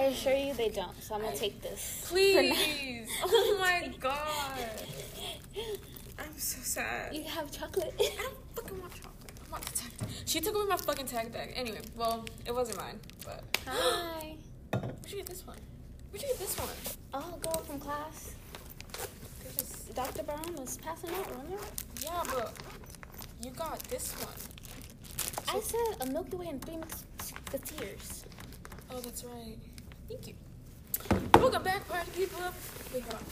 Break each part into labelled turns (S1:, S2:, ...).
S1: they don't, so I'm gonna take this.
S2: Please. oh my god. I'm so sad.
S1: You can have chocolate.
S2: I don't fucking want chocolate. I want the tag bag. She took away my fucking tag bag. Anyway, well, it wasn't mine, but.
S1: Hi.
S2: Where'd you get this one? Where'd you get this one?
S1: Oh, girl from class.
S2: They just-
S1: Dr. Brown was passing out, remember?
S2: Yeah, but you got this one.
S1: I said a Milky Way and three Musketeers.
S2: Oh, that's right. Thank you. Welcome back, party people. Wait, hold on.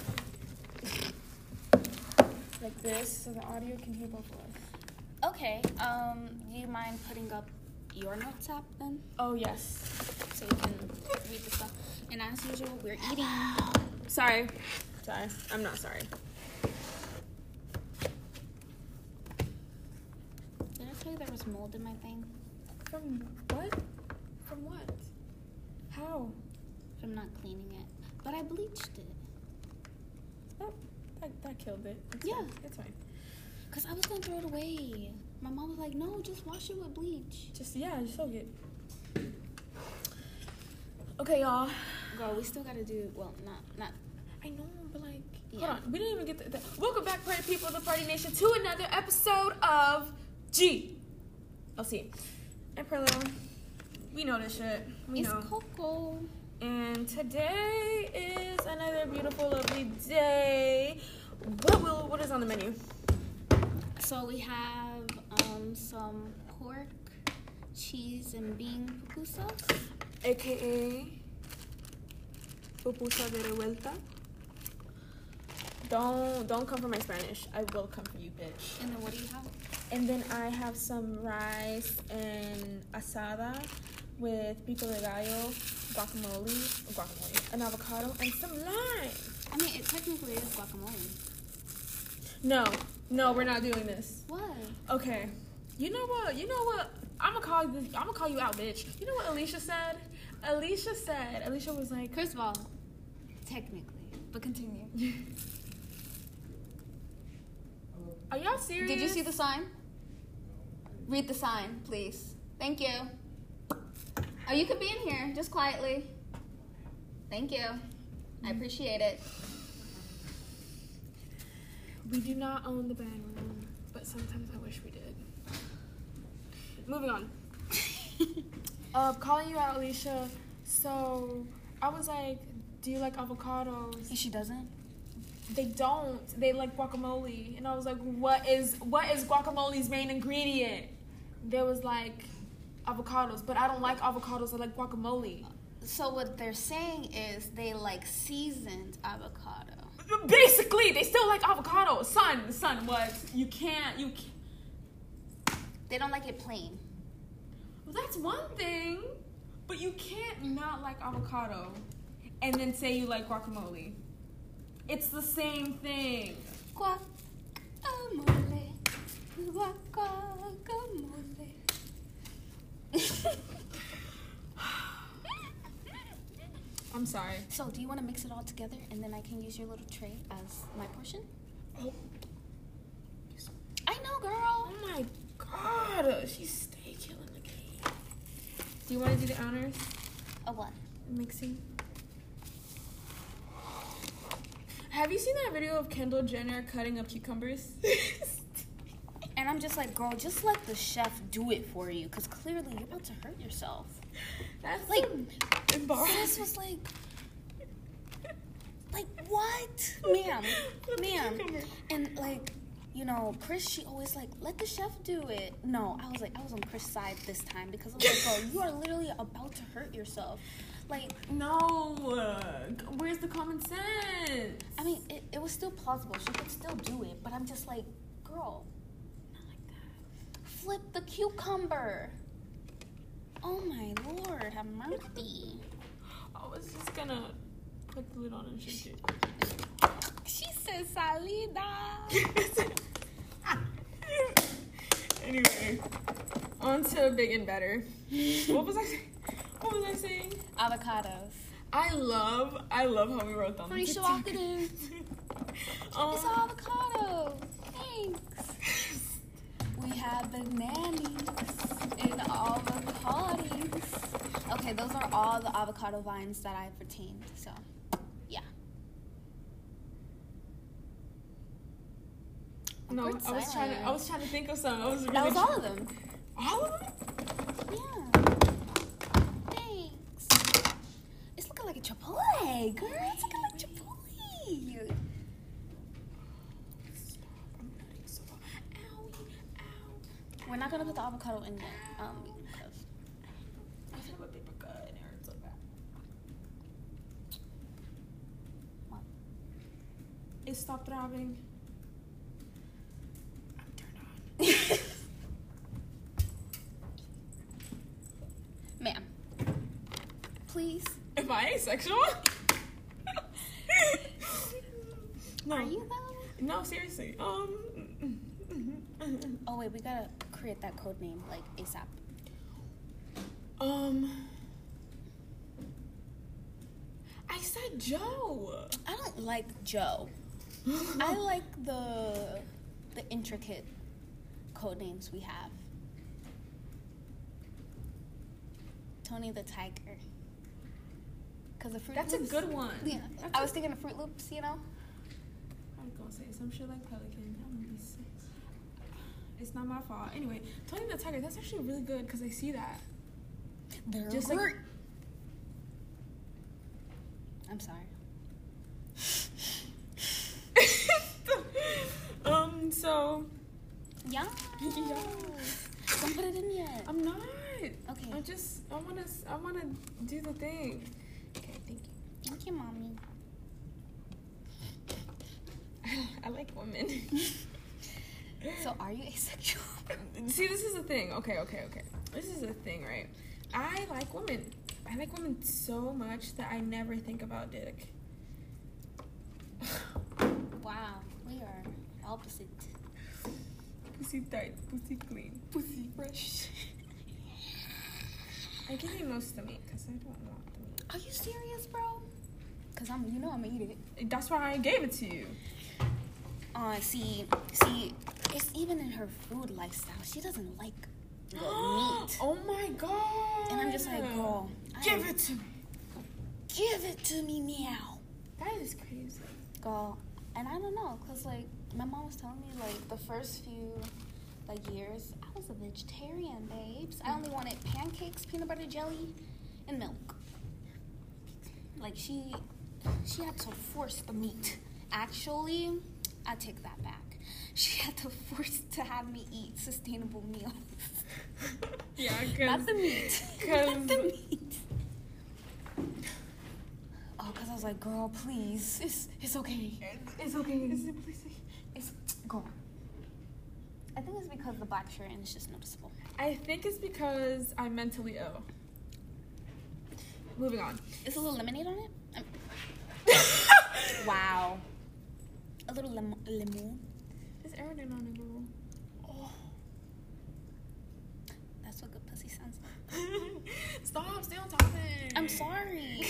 S2: Like this, so the audio can hear both of us.
S1: Okay, um, do you mind putting up your notes app then?
S2: Oh, yes.
S1: So you can read the stuff. And as usual, we're eating.
S2: Sorry. Sorry. I'm not sorry.
S1: Did I tell you there was mold in my thing?
S2: From what? From what? How?
S1: From not cleaning it. But I bleached it.
S2: That, Oh, that, that killed it. It's
S1: Yeah.
S2: Fine. It's fine.
S1: Because I was gonna throw it away. My mom was like, no, just wash it with bleach.
S2: Just, yeah, just soak it. Okay, y'all.
S1: Girl, we still gotta do, well, not, not.
S2: I know, but like,
S1: Yeah.
S2: hold on. We didn't even get the, the. Welcome back, party people of the Party Nation, to another episode of G. I'll see. And Perlo, we know this shit. We
S1: it's
S2: know.
S1: Coco.
S2: And today is another beautiful, lovely day. What will? What is on the menu?
S1: So we have um, some pork, cheese, and bean pupusa.
S2: AKA pupusa de revuelta. Don't don't come for my Spanish. I will come for you, bitch.
S1: And then what do you have?
S2: And then I have some rice and asada with pico de gallo, guacamole, guacamole, an avocado, and some lime.
S1: I mean, it technically is guacamole.
S2: No, no, we're not doing this.
S1: What?
S2: Okay. You know what? You know what? I'ma call you. I'ma call you out, bitch. You know what Alicia said? Alicia said. Alicia was like,
S1: First of all, technically. But continue.
S2: "Are y'all serious?"
S3: Did you see the sign? Read the sign, please. Thank you. Oh, you could be in here, just quietly. Thank you. I
S1: Mm.
S3: appreciate it.
S2: We do not own the bedroom, but sometimes I wish we did. Moving on. uh, calling you out, Alicia. So I was like, "Do you like avocados?"
S1: she doesn't?
S2: They don't. They like guacamole, and I was like, "What is what is guacamole's main ingredient?" There was like avocados, but I don't like avocados. I like guacamole.
S1: So what they're saying is they like seasoned avocado.
S2: Basically, they still like avocados. Son, son, what? You can't. You. Can't.
S1: They don't like it plain.
S2: Well, that's one thing, but you can't not like avocado and then say you like guacamole. It's the same thing.
S1: Guacamole. Guacamole.
S2: I'm sorry.
S1: So, do you want to mix it all together and then I can use your little tray as my portion?
S2: Oh,
S1: I know, girl.
S2: oh my god, she's stay killing the game. Do you want to do the honors?
S1: A what?
S2: Mixing. Have you seen that video of Kendall Jenner cutting up cucumbers?
S1: And I'm just like, girl, just let the chef do it for you because clearly you're about to hurt yourself.
S2: That's
S1: Like, Sis
S2: embarrassing.
S1: was like, like what, ma'am,
S2: Let the
S1: ma'am,
S2: cucumber.
S1: and like, you know, Chris. She always like, let the chef do it. No, I was like, I was on Chris' side this time because I was like, girl, you are literally about to hurt yourself. Like,
S2: No. uh, Where's the common sense?
S1: I mean, it, it was still plausible. She could still do it, but I'm just like, girl, not like that. Flip the cucumber. Oh my lord, have mercy.
S2: I was just gonna put the lid on and shake it.
S1: She says salida.
S2: anyway, on to big and better. What was I? Saying? What was I saying?
S1: Avocados.
S2: I love, I love how we wrote down. the
S1: Pretty
S2: TikTok.
S1: provocative.
S2: um,
S1: It's avocados. Thanks. We have bananas and avocados. Okay, those are all the avocado vines that I've retained. So, yeah.
S2: No,
S1: Awkward
S2: I was trying to. I was
S1: silence.
S2: trying to think of some. I was really
S1: That was all of them.
S2: All of them.
S1: Yeah. Thanks. It's looking like a Chipotle, girl. It's looking like Chipotle.
S2: I'm hurting so bad. Owie, ow.
S1: We're not gonna put the avocado in there. Um, 'cause-
S2: I have a paper cut and it hurts so bad.
S1: What?
S2: It stopped throbbing. I'm turned on.
S1: ma'am, please.
S2: Am I asexual? no.
S1: Are you though?
S2: No, seriously. Um.
S1: Oh wait, we gotta create that code name like ASAP.
S2: Um. I said Joe.
S1: I don't like Joe.
S2: Oh.
S1: I like the the intricate code names we have. Tony the Tiger. Cause the fruit.
S2: That's a
S1: Loops-
S2: good one.
S1: Yeah,
S2: That's
S1: I
S2: a-
S1: was thinking of Fruit Loops. You know.
S2: I'm gonna say some shit like Pelican. I'm gonna be sick. It's not my fault. Anyway, Tony the Tiger. That's actually really good because I see that.
S1: They're
S2: Just like-
S1: great. I'm sorry.
S2: um. So.
S1: Yeah.
S2: Yeah.
S1: Don't put it in yet.
S2: I'm not.
S1: Okay.
S2: I just. I wanna. s- I wanna do the thing. Okay. Thank you.
S1: Thank you, mommy.
S2: I like women.
S1: So, are you asexual?
S2: See, this is the thing. Okay, okay, okay. This is the thing, right? I like women. I like women so much that I never think about dick.
S1: wow, we are opposite.
S2: pussy tight, pussy clean, pussy fresh. I'm getting most of the meat because I don't want the meat.
S1: Are you serious, bro? Cause I'm, you know, I'm gonna eat it.
S2: That's why I gave it to you.
S1: Uh, see, see, it's even in her food lifestyle. She doesn't like the meat,
S2: oh my god.
S1: and I'm just like, girl, I
S2: Give
S1: am-
S2: it to me.
S1: give it to me now,
S2: That is crazy.
S1: girl. And I don't know, cause like my mom was telling me, like the first few like years, I was a vegetarian, babes. I only wanted pancakes, peanut butter jelly, and milk. Like she, she had to force the meat. Actually, I take that back. She had to force to have me eat sustainable meals.
S2: Yeah, cause
S1: Not the meat.
S2: Cause-
S1: Not the meat. Oh, cause I was like, girl, please, it's it's okay.
S2: it's okay.
S1: It's gone. I think it's because the black shirt and it's just noticeable.
S2: I think it's because I'm mentally ill. Moving on.
S1: Is a little lemonade on it? Um, wow. A little lem- lemon.
S2: Is Eridan on a Google?
S1: Oh. That's what good pussy sounds like.
S2: Stop, stay on topic.
S1: I'm sorry.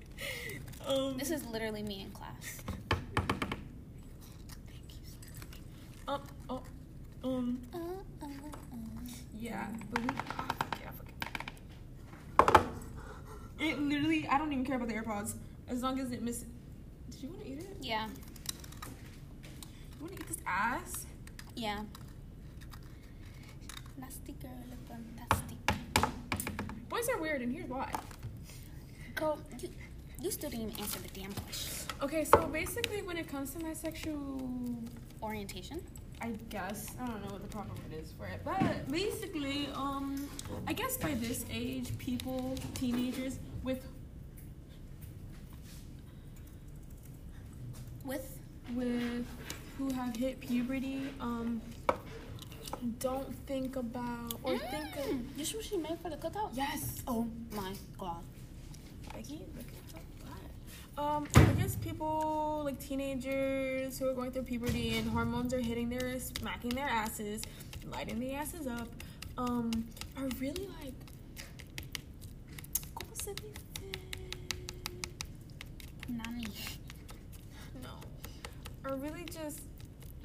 S2: um,
S1: This is literally me in class.
S2: um, oh, um,
S1: Uh, uh, uh.
S2: yeah, but we, ah, fuck yeah, fuck it. It literally, I don't even care about the AirPods. As long as it miss. Did you want to eat it?
S1: Yeah,
S2: You want to eat this ass?
S1: yeah. Nasty girl, fantastic.
S2: Boys are weird, and here's why.
S1: Girl, you, you still didn't even answer the damn question.
S2: Okay, so basically, when it comes to my sexual
S1: Orientation?
S2: I guess I don't know what the proper word is for it, but basically, um, I guess by this age, people, teenagers with
S1: With?
S2: with who have hit puberty, um, don't think about or think of
S1: Mm, This is what she made for the cookout?
S2: yes,
S1: Oh my god.
S2: Becky, look at her butt. Um, I guess people like teenagers who are going through puberty and hormones are hitting their smacking their asses, lighting the asses up, um, are really like ¿Cómo se dice?
S1: Nani.
S2: No. Or really just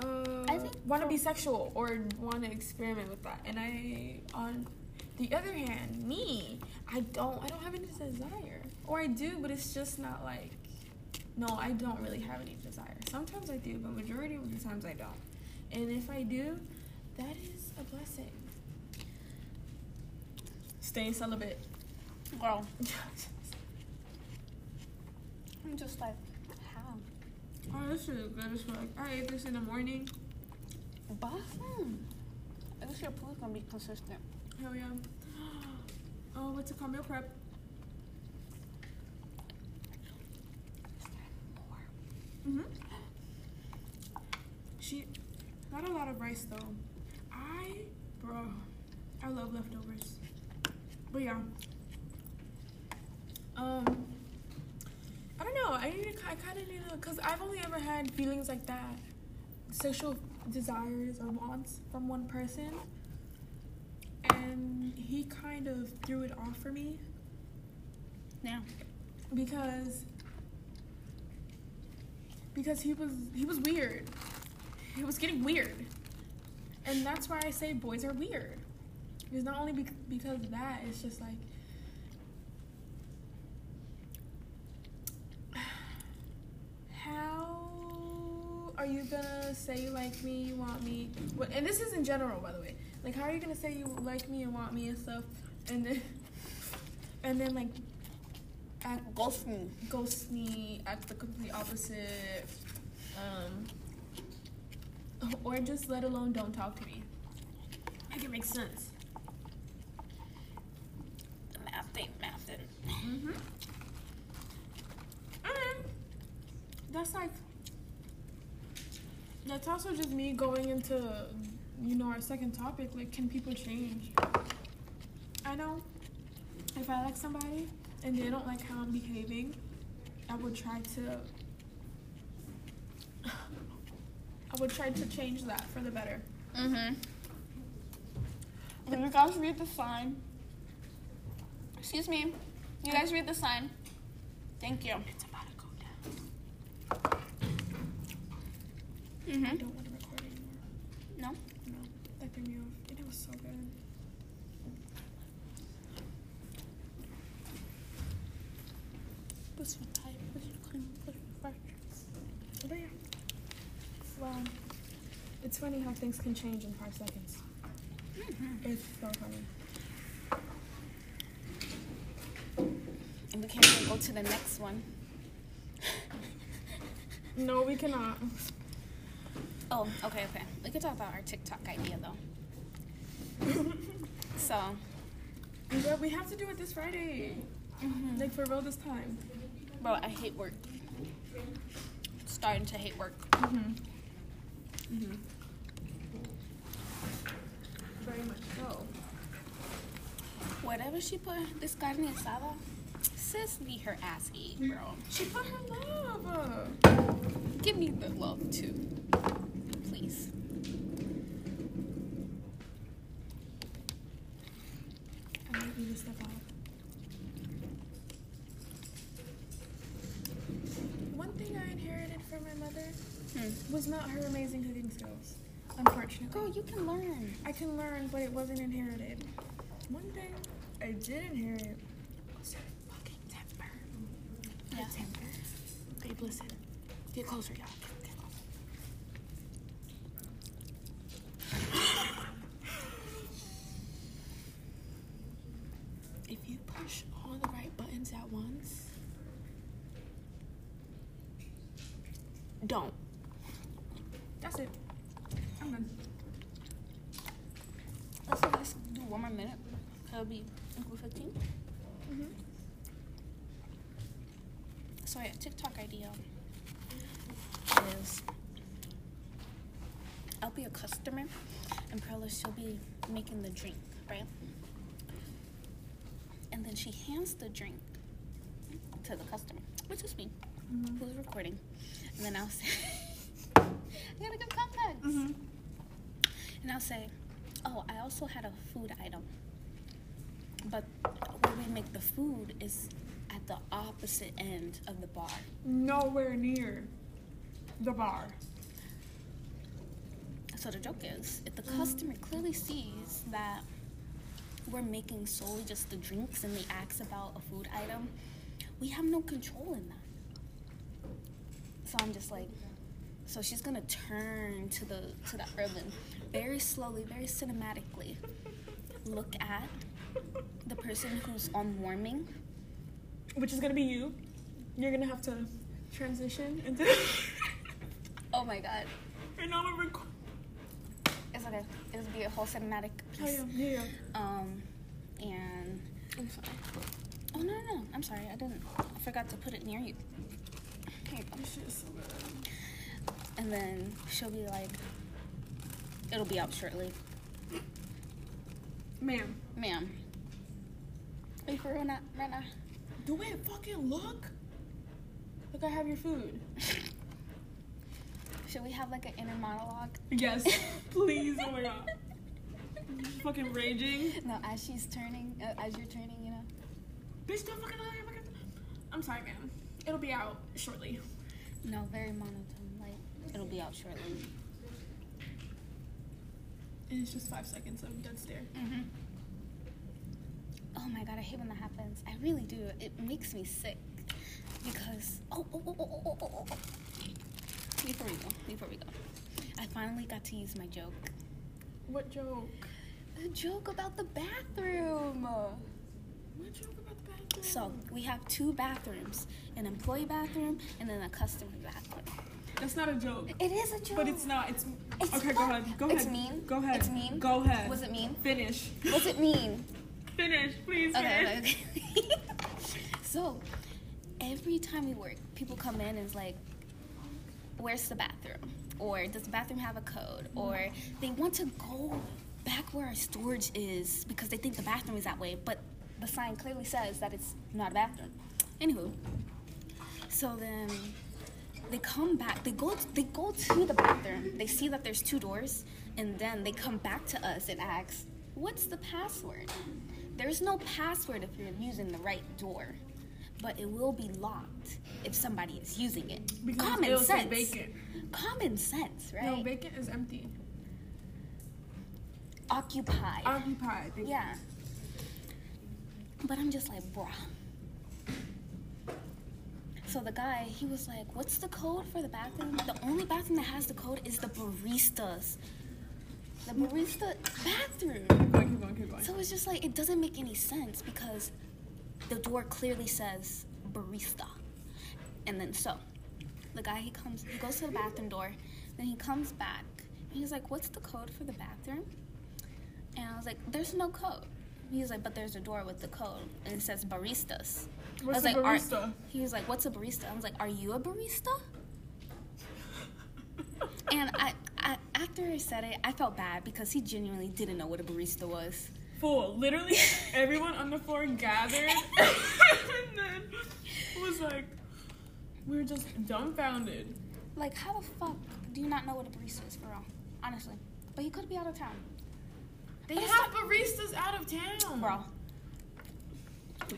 S2: uh
S1: I think
S2: want to
S1: for-
S2: be sexual or want to experiment with that. And I on The other hand, me, I don't I don't have any desire. Or I do, but it's just not like no, I don't really have any desire. Sometimes I do, but majority of the times I don't. And if I do, that is a blessing. Staying celibate.
S1: Girl, I'm just like, how?
S2: Oh, this shit is good as fuck. I ate this in the morning.
S1: Awesome. At least your food's gonna be consistent.
S2: Hell yeah. Oh, what's it called? Meal prep. hmm She, not a lot of rice though. I, bro, I love leftovers. But yeah. Um, I don't know. I need to. ki- I kind of need to, cause I've only ever had feelings like that, sexual desires or wants from one person, and he kind of threw it off for me
S1: Yeah.
S2: because because he was he was weird. He was getting weird, and that's why I say boys are weird. It's not only bec because of that. It's just like how are you gonna say you like me, you want me? What, and this is in general, by the way. Like, how are you gonna say you like me and want me and stuff, and then and then like act
S1: Ghost me.
S2: ghost me act the complete opposite um or just let alone don't talk to me like it makes sense
S1: Math ain't mathing.
S2: mm-hmm and that's like that's also just me going into you know our second topic like can people change i know if i like somebody and they don't like how i'm behaving i would try to i would try to change that for the better
S1: Mm-hmm. Can you guys read the sign? Excuse me. You guys read the sign. Thank you.
S2: it's about to go down i
S1: Mm-hmm.
S2: don't want to record anymore
S1: No?
S2: No, that threw me off. And It was so good.
S1: This one tight. This one clean. This one fresh.
S2: But Oh, yeah. Well, it's funny how things can change in five seconds.
S1: Mm-hmm.
S2: It's so funny.
S1: And we can't even go to the next one.
S2: No, we cannot.
S1: Oh, okay, okay. We could talk about our TikTok idea though. so,
S2: But we have to do it this Friday.
S1: Mm-hmm.
S2: Like for real this time.
S1: bro, I hate work. Starting to hate work. Mm-hmm.
S2: Mm-hmm. Very much so.
S1: Whatever she put this carne asada, sis need her ass eat, bro.
S2: She put her love. up.
S1: Give me the love too, please.
S2: I might need to step out. One thing I inherited from my mother
S1: Hmm.
S2: was not her amazing cooking skills, unfortunately.
S1: Girl, you can learn.
S2: I can learn, but it wasn't inherited. One day, I did inherit. it. Was her fucking temper.
S1: Yeah.
S2: temper. Babe, listen. Get closer, y'all. Get closer. if you push all the right buttons at once,
S1: Don't.
S2: that's it. I'm done.
S1: Let's, let's do one more minute. That'll be equal 15.
S2: Mhm.
S1: So yeah, TikTok idea is I'll be a customer and Perla she'll be making the drink, right? And then she hands the drink to the customer, which is me, who's recording. And then I'll say, I gotta give context.
S2: Mm-hmm.
S1: And I'll say, oh, I also had a food item. But where we make the food is at the opposite end of the bar.
S2: Nowhere near the bar.
S1: So the joke is, if the customer clearly sees that we're making solely just the drinks and the acts about a food item, we have no control in that. So I'm just like, so she's gonna turn to the to the urban very slowly, very cinematically. Look at the person who's on warming.
S2: Which is gonna be you. You're gonna have to transition into.
S1: Oh my god,
S2: and I'm a record.
S1: it's okay. It'll be a whole cinematic
S2: Oh
S1: piece.
S2: yeah, yeah. yeah.
S1: Um, and
S2: I'm sorry.
S1: oh no, no, no, I'm sorry, I didn't. I forgot to put it near you. Here you go.
S2: This shit is so good.
S1: And then she'll be like, it'll be out shortly.
S2: Ma'am,
S1: Ma'am. Are you for real not right now?
S2: do it. Fucking look. Look, I have your food.
S1: Should we have like an inner monologue?
S2: Yes, please. Oh my god. I'm just fucking raging.
S1: No, as she's turning, uh, as you're turning, you know.
S2: Bitch, don't fucking lie. Fucking... I'm sorry, ma'am. It'll be out shortly.
S1: No, very monotone. Like, it'll be out shortly.
S2: And it's just five seconds of dead stare.
S1: Mm-hmm. Oh my god, I hate when that happens. I really do. It makes me sick because oh oh oh oh oh oh. oh, oh. Before we go, before we go, I finally got to use my joke.
S2: What joke?
S1: The joke about the bathroom.
S2: What joke about the bathroom?
S1: So we have two bathrooms: an employee bathroom and then a customer bathroom.
S2: that's not a joke.
S1: It is a joke.
S2: But it's not. It's,
S1: It's
S2: okay. Go
S1: fun.
S2: ahead. Go ahead.
S1: It's mean.
S2: Go ahead.
S1: It's mean.
S2: Go ahead.
S1: Was it mean?
S2: Finish.
S1: What's it mean?
S2: Finish, please.
S1: Okay,
S2: Finish.
S1: okay, okay. so every time we work, people come in and it's like, where's the bathroom? Or does the bathroom have a code? Or they want to go back where our storage is because they think the bathroom is that way, but the sign clearly says that it's not a bathroom. Anywho, so then they come back. They go. They go to the bathroom. They see that there's two doors, and then they come back to us and ask, "What's the password?" There's no password if you're using the right door, but it will be locked if somebody is using it.
S2: Because
S1: Common
S2: it'll say
S1: sense.
S2: vacant.
S1: Common sense, right?
S2: No, vacant is empty.
S1: Occupied.
S2: Occupied. Thank you.
S1: Yeah. But I'm just like, bruh. So the guy, he was like, what's the code for the bathroom? The only bathroom that has the code is the barista's. The barista bathroom.
S2: Keep going, keep going, keep going.
S1: So it's just like, it doesn't make any sense because the door clearly says barista. And then so the guy, he comes, he goes to the bathroom door, then he comes back and he's like, what's the code for the bathroom? And I was like, there's no code. He was like, but there's a door with the code, and it says baristas. I was
S2: What's a
S1: like, "Are-"
S2: barista?
S1: He was like, what's a barista? I was like, are you a barista? And I, I, after I said it, I felt bad because he genuinely didn't know what a barista was.
S2: Full. Literally, everyone on the floor gathered, and then was like, we were just dumbfounded.
S1: Like, how the fuck do you not know what a barista is, for real? Honestly. But he could be out of town. They
S2: They
S1: just
S2: have baristas out of town.
S1: bro.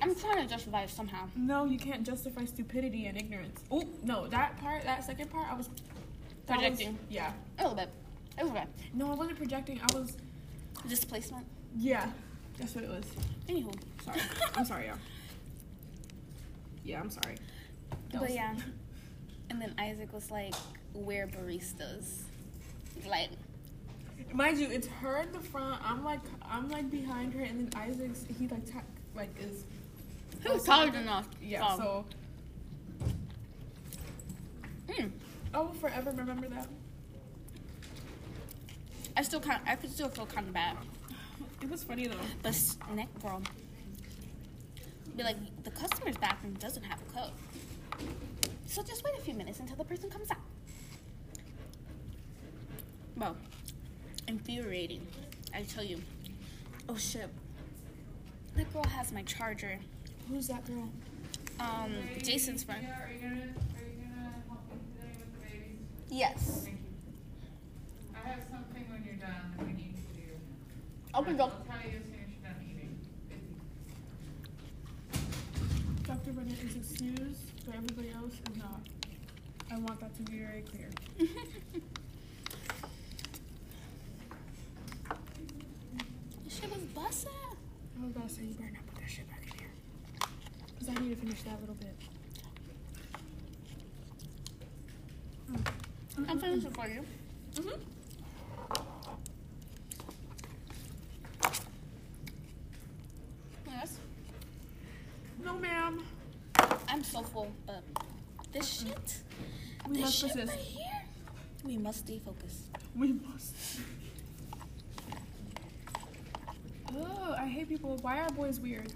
S1: I'm trying to justify it somehow.
S2: No, you can't justify stupidity and ignorance. Oh no, that part, that second part, I was that was-
S1: Projecting.
S2: yeah.
S1: A little bit. It was okay.
S2: No, I wasn't projecting. I was.
S1: Displacement.
S2: Yeah, that's what it was.
S1: Anywho.
S2: Sorry. I'm sorry, y'all. Yeah, I'm sorry. That
S1: But
S2: was-
S1: yeah. And then Isaac was like, We're baristas. Like,
S2: Mind you, it's her in the front. I'm like, I'm like behind her, and then Isaac's he like ta- like is
S1: he was taller enough.
S2: yeah. So
S1: Mm,
S2: I will forever remember that.
S1: I still kind I could still feel kind of bad.
S2: It was funny though.
S1: But s- neck girl. Be like, the customer's bathroom doesn't have a code. So just wait a few minutes until the person comes out. Well, infuriating. I tell you. Oh shit. That girl has my charger.
S2: Who's that girl?
S1: Um, Jason's friend. Yes.
S4: I have something when you're done that we need to do.
S1: Open
S4: I'll
S1: up.
S4: tell you as soon as you're done eating.
S2: Dr. Bennett is excused, but everybody else is not. I want that to be very clear.
S1: This shit was bussin'.
S2: I was about to say you better not put that shit back in here. Because I need to finish that little bit.
S1: I'll finish it for you.
S3: Mm-hmm.
S1: Yes.
S2: No, ma'am.
S1: I'm so full, but this shit.
S2: We
S1: this
S2: must
S1: shit
S2: persist.
S1: right here. We must stay focused.
S2: We must. Oh, I hate people. Why are boys weird?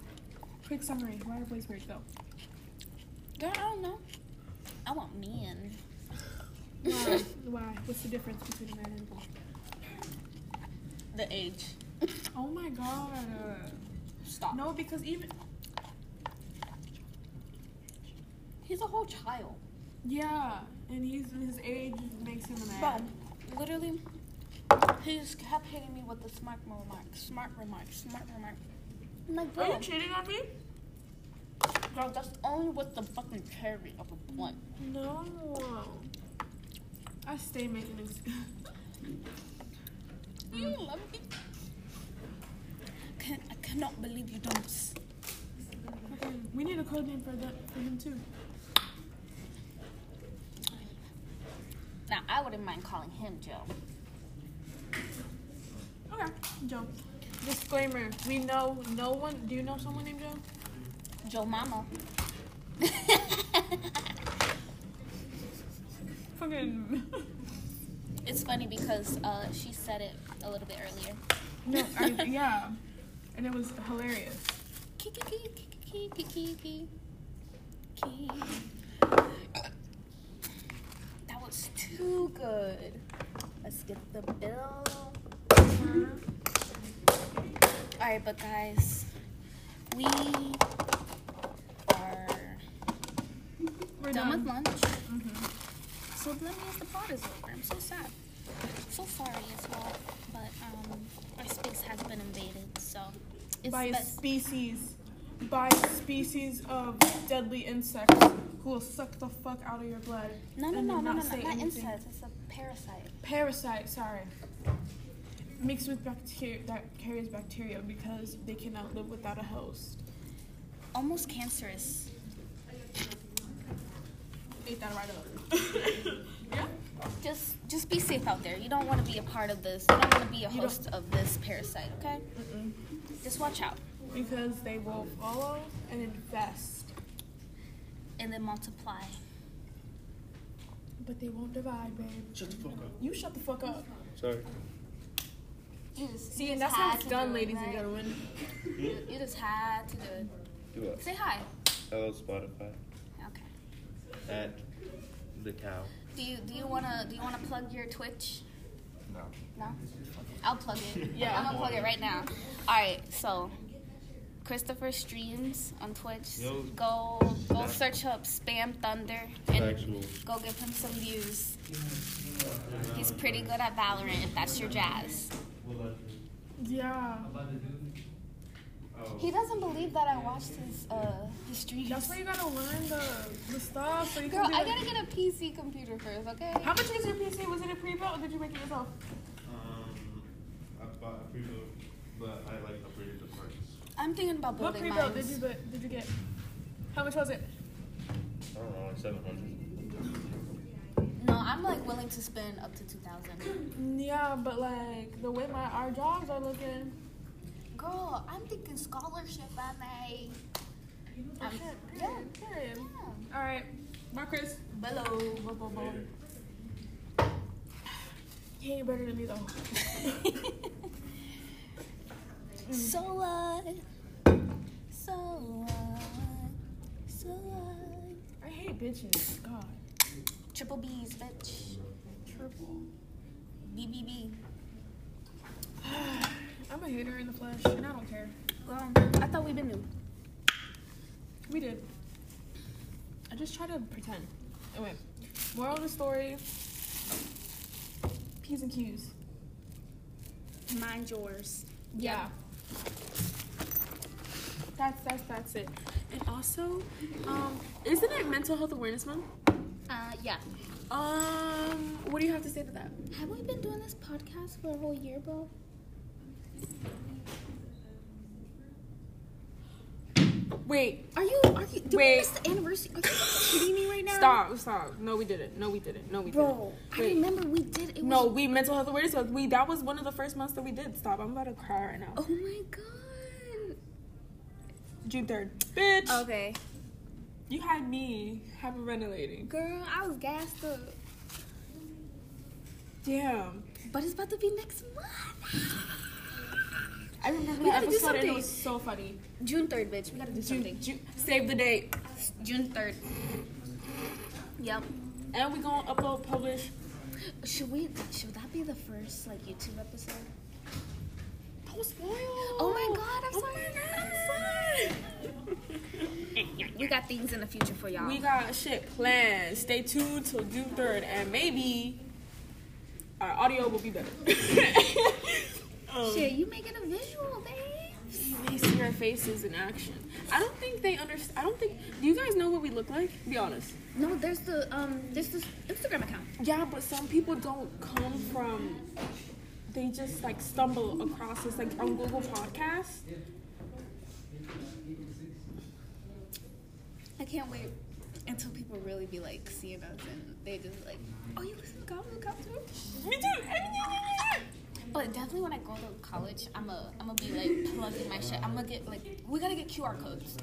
S2: Quick summary. Why are boys weird, though?
S1: Girl, I don't know. I want men.
S2: Why? Why? What's the difference between a man and a boy?
S1: The age.
S2: Oh my god.
S1: Stop.
S2: No, because even.
S1: He's a whole child.
S2: Yeah, and he's his age makes him a
S1: Bro,
S2: man.
S1: literally, he just kept hitting me with the smart remark, smart remark, smart remark. I'm like,
S2: Are
S1: bro,
S2: you cheating on me?
S1: bro, that's only with the fucking carry of a blunt.
S2: No. I stay making excuses. Mm-hmm.
S1: You love me. Can, I cannot believe you don't. s-
S2: Okay, we need a code name for that for him too.
S1: Now, I wouldn't mind calling him Joe.
S2: Okay, Joe. Disclaimer: We know no one. Do you know someone named Joe?
S1: Joe Mama.
S2: Fucking.
S1: it's funny because uh, she said it a little bit earlier.
S2: no, I, yeah, and it was hilarious.
S1: Kiki, kiki, kiki, kiki, kiki. Kiki. That was too good. Let's get the bill. Alright, but guys, we are
S2: We're
S1: done with
S2: done. Mm-hmm.
S1: lunch. So that means the pod is over. I'm so sad. So sorry as well, but um, our space has been invaded, so it's
S2: by a
S1: best-
S2: species, by a species of deadly insects who will suck the fuck out of your blood.
S1: No, no,
S2: and
S1: no,
S2: then
S1: no, no,
S2: not
S1: no,
S2: say
S1: not
S2: anything.
S1: insects. It's a parasite.
S2: Parasite, sorry. Mixed with bacteria that carries bacteria because they cannot live without a host.
S1: Almost cancerous.
S2: Ate that right up. yeah.
S1: Just, just be safe out there. You don't want to be a part of this. You don't want to be a
S2: You don't-
S1: host of this parasite. Okay?
S2: Mm-mm.
S1: Just watch out,
S2: Because they will follow and infest,
S1: and then multiply.
S2: but they won't divide, babe.
S5: Shut the fuck up.
S2: You shut the fuck up.
S5: Sorry.
S1: You just,
S2: See,
S1: you
S2: and
S1: just
S2: that's how
S1: had
S2: it's
S1: to
S2: done,
S1: do it,
S2: ladies and
S1: right?
S2: gentlemen.
S1: You, you just had to do it.
S5: Do what?
S1: Say hi.
S5: Hello, Spotify.
S1: Okay.
S5: At the cow.
S1: Do you, do you wanna, do you wanna plug your Twitch?
S5: No.
S1: No? I'll plug it.
S2: Yeah.
S1: I'm gonna plug it right now. Alright, so Christopher streams on Twitch.
S5: Yo.
S1: Go go search up Spam Thunder and
S5: Factual.
S1: go give him some views. He's pretty good at Valorant if that's your jazz.
S2: Yeah.
S1: He doesn't believe that I watched his uh his streams.
S2: That's why you gotta learn the, the stuff so you
S1: Girl,
S2: can be
S1: I
S2: like-
S1: gotta get a PC computer first, okay?
S2: How much was your PC? Was it a pre-built or did you make it yourself?
S6: Um, I bought a pre-built, but I like upgraded the parts.
S1: I'm thinking about
S2: What
S1: building
S2: pre-built did you
S1: mine.
S2: bu- did you get? How much was it?
S5: I don't know, like 700.
S1: No, I'm like willing to spend up to two thousand.
S2: Yeah, but like the way my our jobs are looking,
S1: Girl, I'm thinking scholarship I may.
S2: oh,
S1: I'm-
S2: shit, period, period.
S1: Yeah.
S2: All right, bye, Chris.
S1: Below.
S5: Later.
S2: He ain't better than me though.
S1: So what? So what? So what?
S2: I hate bitches. God,
S1: Triple B's, bitch.
S2: triple.
S1: BBB.
S2: I'm a hater in the flesh, and I don't care.
S1: Girl, Um, I thought we been new.
S2: We did. I just try to pretend. Anyway, moral of the story: p's and q's.
S1: Mind yours.
S2: Yeah. That's that's that's it. And also, um, isn't it Mental Health Awareness Month?
S1: Uh, yeah.
S2: Um, what do you have to say to that?
S1: Have we been doing this podcast for a whole year, bro?
S2: Wait,
S1: Are you? Are you? Did we
S2: Wait.
S1: miss the anniversary? Are you kidding me right now?
S2: stop, stop. No, we didn't. No, we didn't. No, we
S1: bro.
S2: didn't.
S1: I remember we did. It was,
S2: No, we mental health awareness month. We that was one of the first months that we did. Stop. I'm about to cry right now.
S1: Oh my god.
S2: June third, bitch.
S1: Okay,
S2: You had me hyperventilating.
S1: girl, I was gassed up.
S2: Damn.
S1: But it's about to be next month.
S2: I remember
S1: We
S2: that
S1: gotta do
S2: episode and it
S1: something.
S2: was so funny.
S1: June third, bitch. We gotta do something.
S2: Ju- save the date.
S1: June third. Yep.
S2: And we gonna upload, publish.
S1: Should we? Should that be the first like YouTube episode?
S2: Don't spoil.
S1: Oh my god! I'm sorry. I'm sorry. we got things in the future for y'all.
S2: We got shit planned. Stay tuned till June third, and maybe our audio will be better. um,
S1: Shit, you making a visual, babe?
S2: They see our faces in action. I don't think they understand. I don't think. Do you guys know what we look like? Be honest.
S1: No, there's the um, there's this Instagram account.
S2: Yeah, but some people don't come from. They just like stumble across us, like on Google Podcasts.
S1: I can't wait until people really be like seeing us and they just like, oh, you listen to Goblin Culture?
S2: Me too.
S1: But definitely when I go to college, I'm a I'm gonna be like plugging my shit. I'm gonna get like we gotta get QR codes,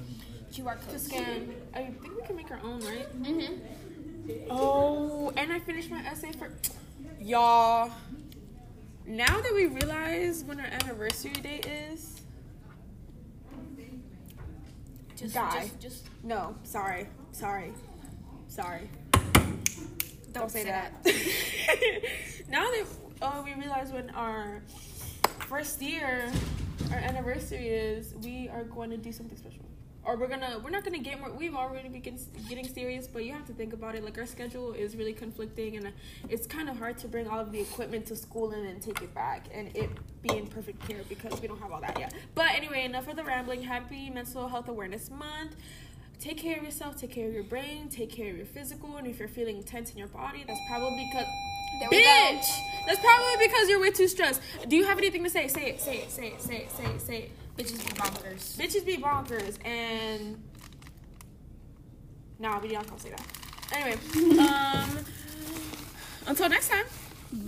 S1: QR
S2: To
S1: codes.
S2: scan. I think we can make our own, right?
S1: Mm-hmm.
S2: Oh, and I finished my essay for y'all. Now that we realize when our anniversary date is,
S1: Just,
S2: Die.
S1: just just
S2: no, sorry, sorry, sorry.
S1: don't,
S2: Don't say that. now that uh, we realize when our first year, our anniversary is, we are going to do something special. Or we're gonna, we're not gonna get more. We've already begin getting serious, but you have to think about it. Like our schedule is really conflicting, and it's kind of hard to bring all of the equipment to school and then take it back, and it be in perfect care because we don't have all that yet. But anyway, enough of the rambling. Happy Mental Health Awareness Month take care of yourself, take care of your brain, take care of your physical, and if you're feeling tense in your body, that's probably because
S1: There we go.
S2: bitch. That's probably because you're way too stressed. Do you have anything to say? Say it, say it, say it, say it, say it, say it.
S1: Bitches be bonkers.
S2: Bitches be bonkers and nah, we y'all can't say that. Anyway, um, until next time.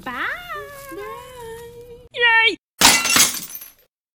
S1: Bye.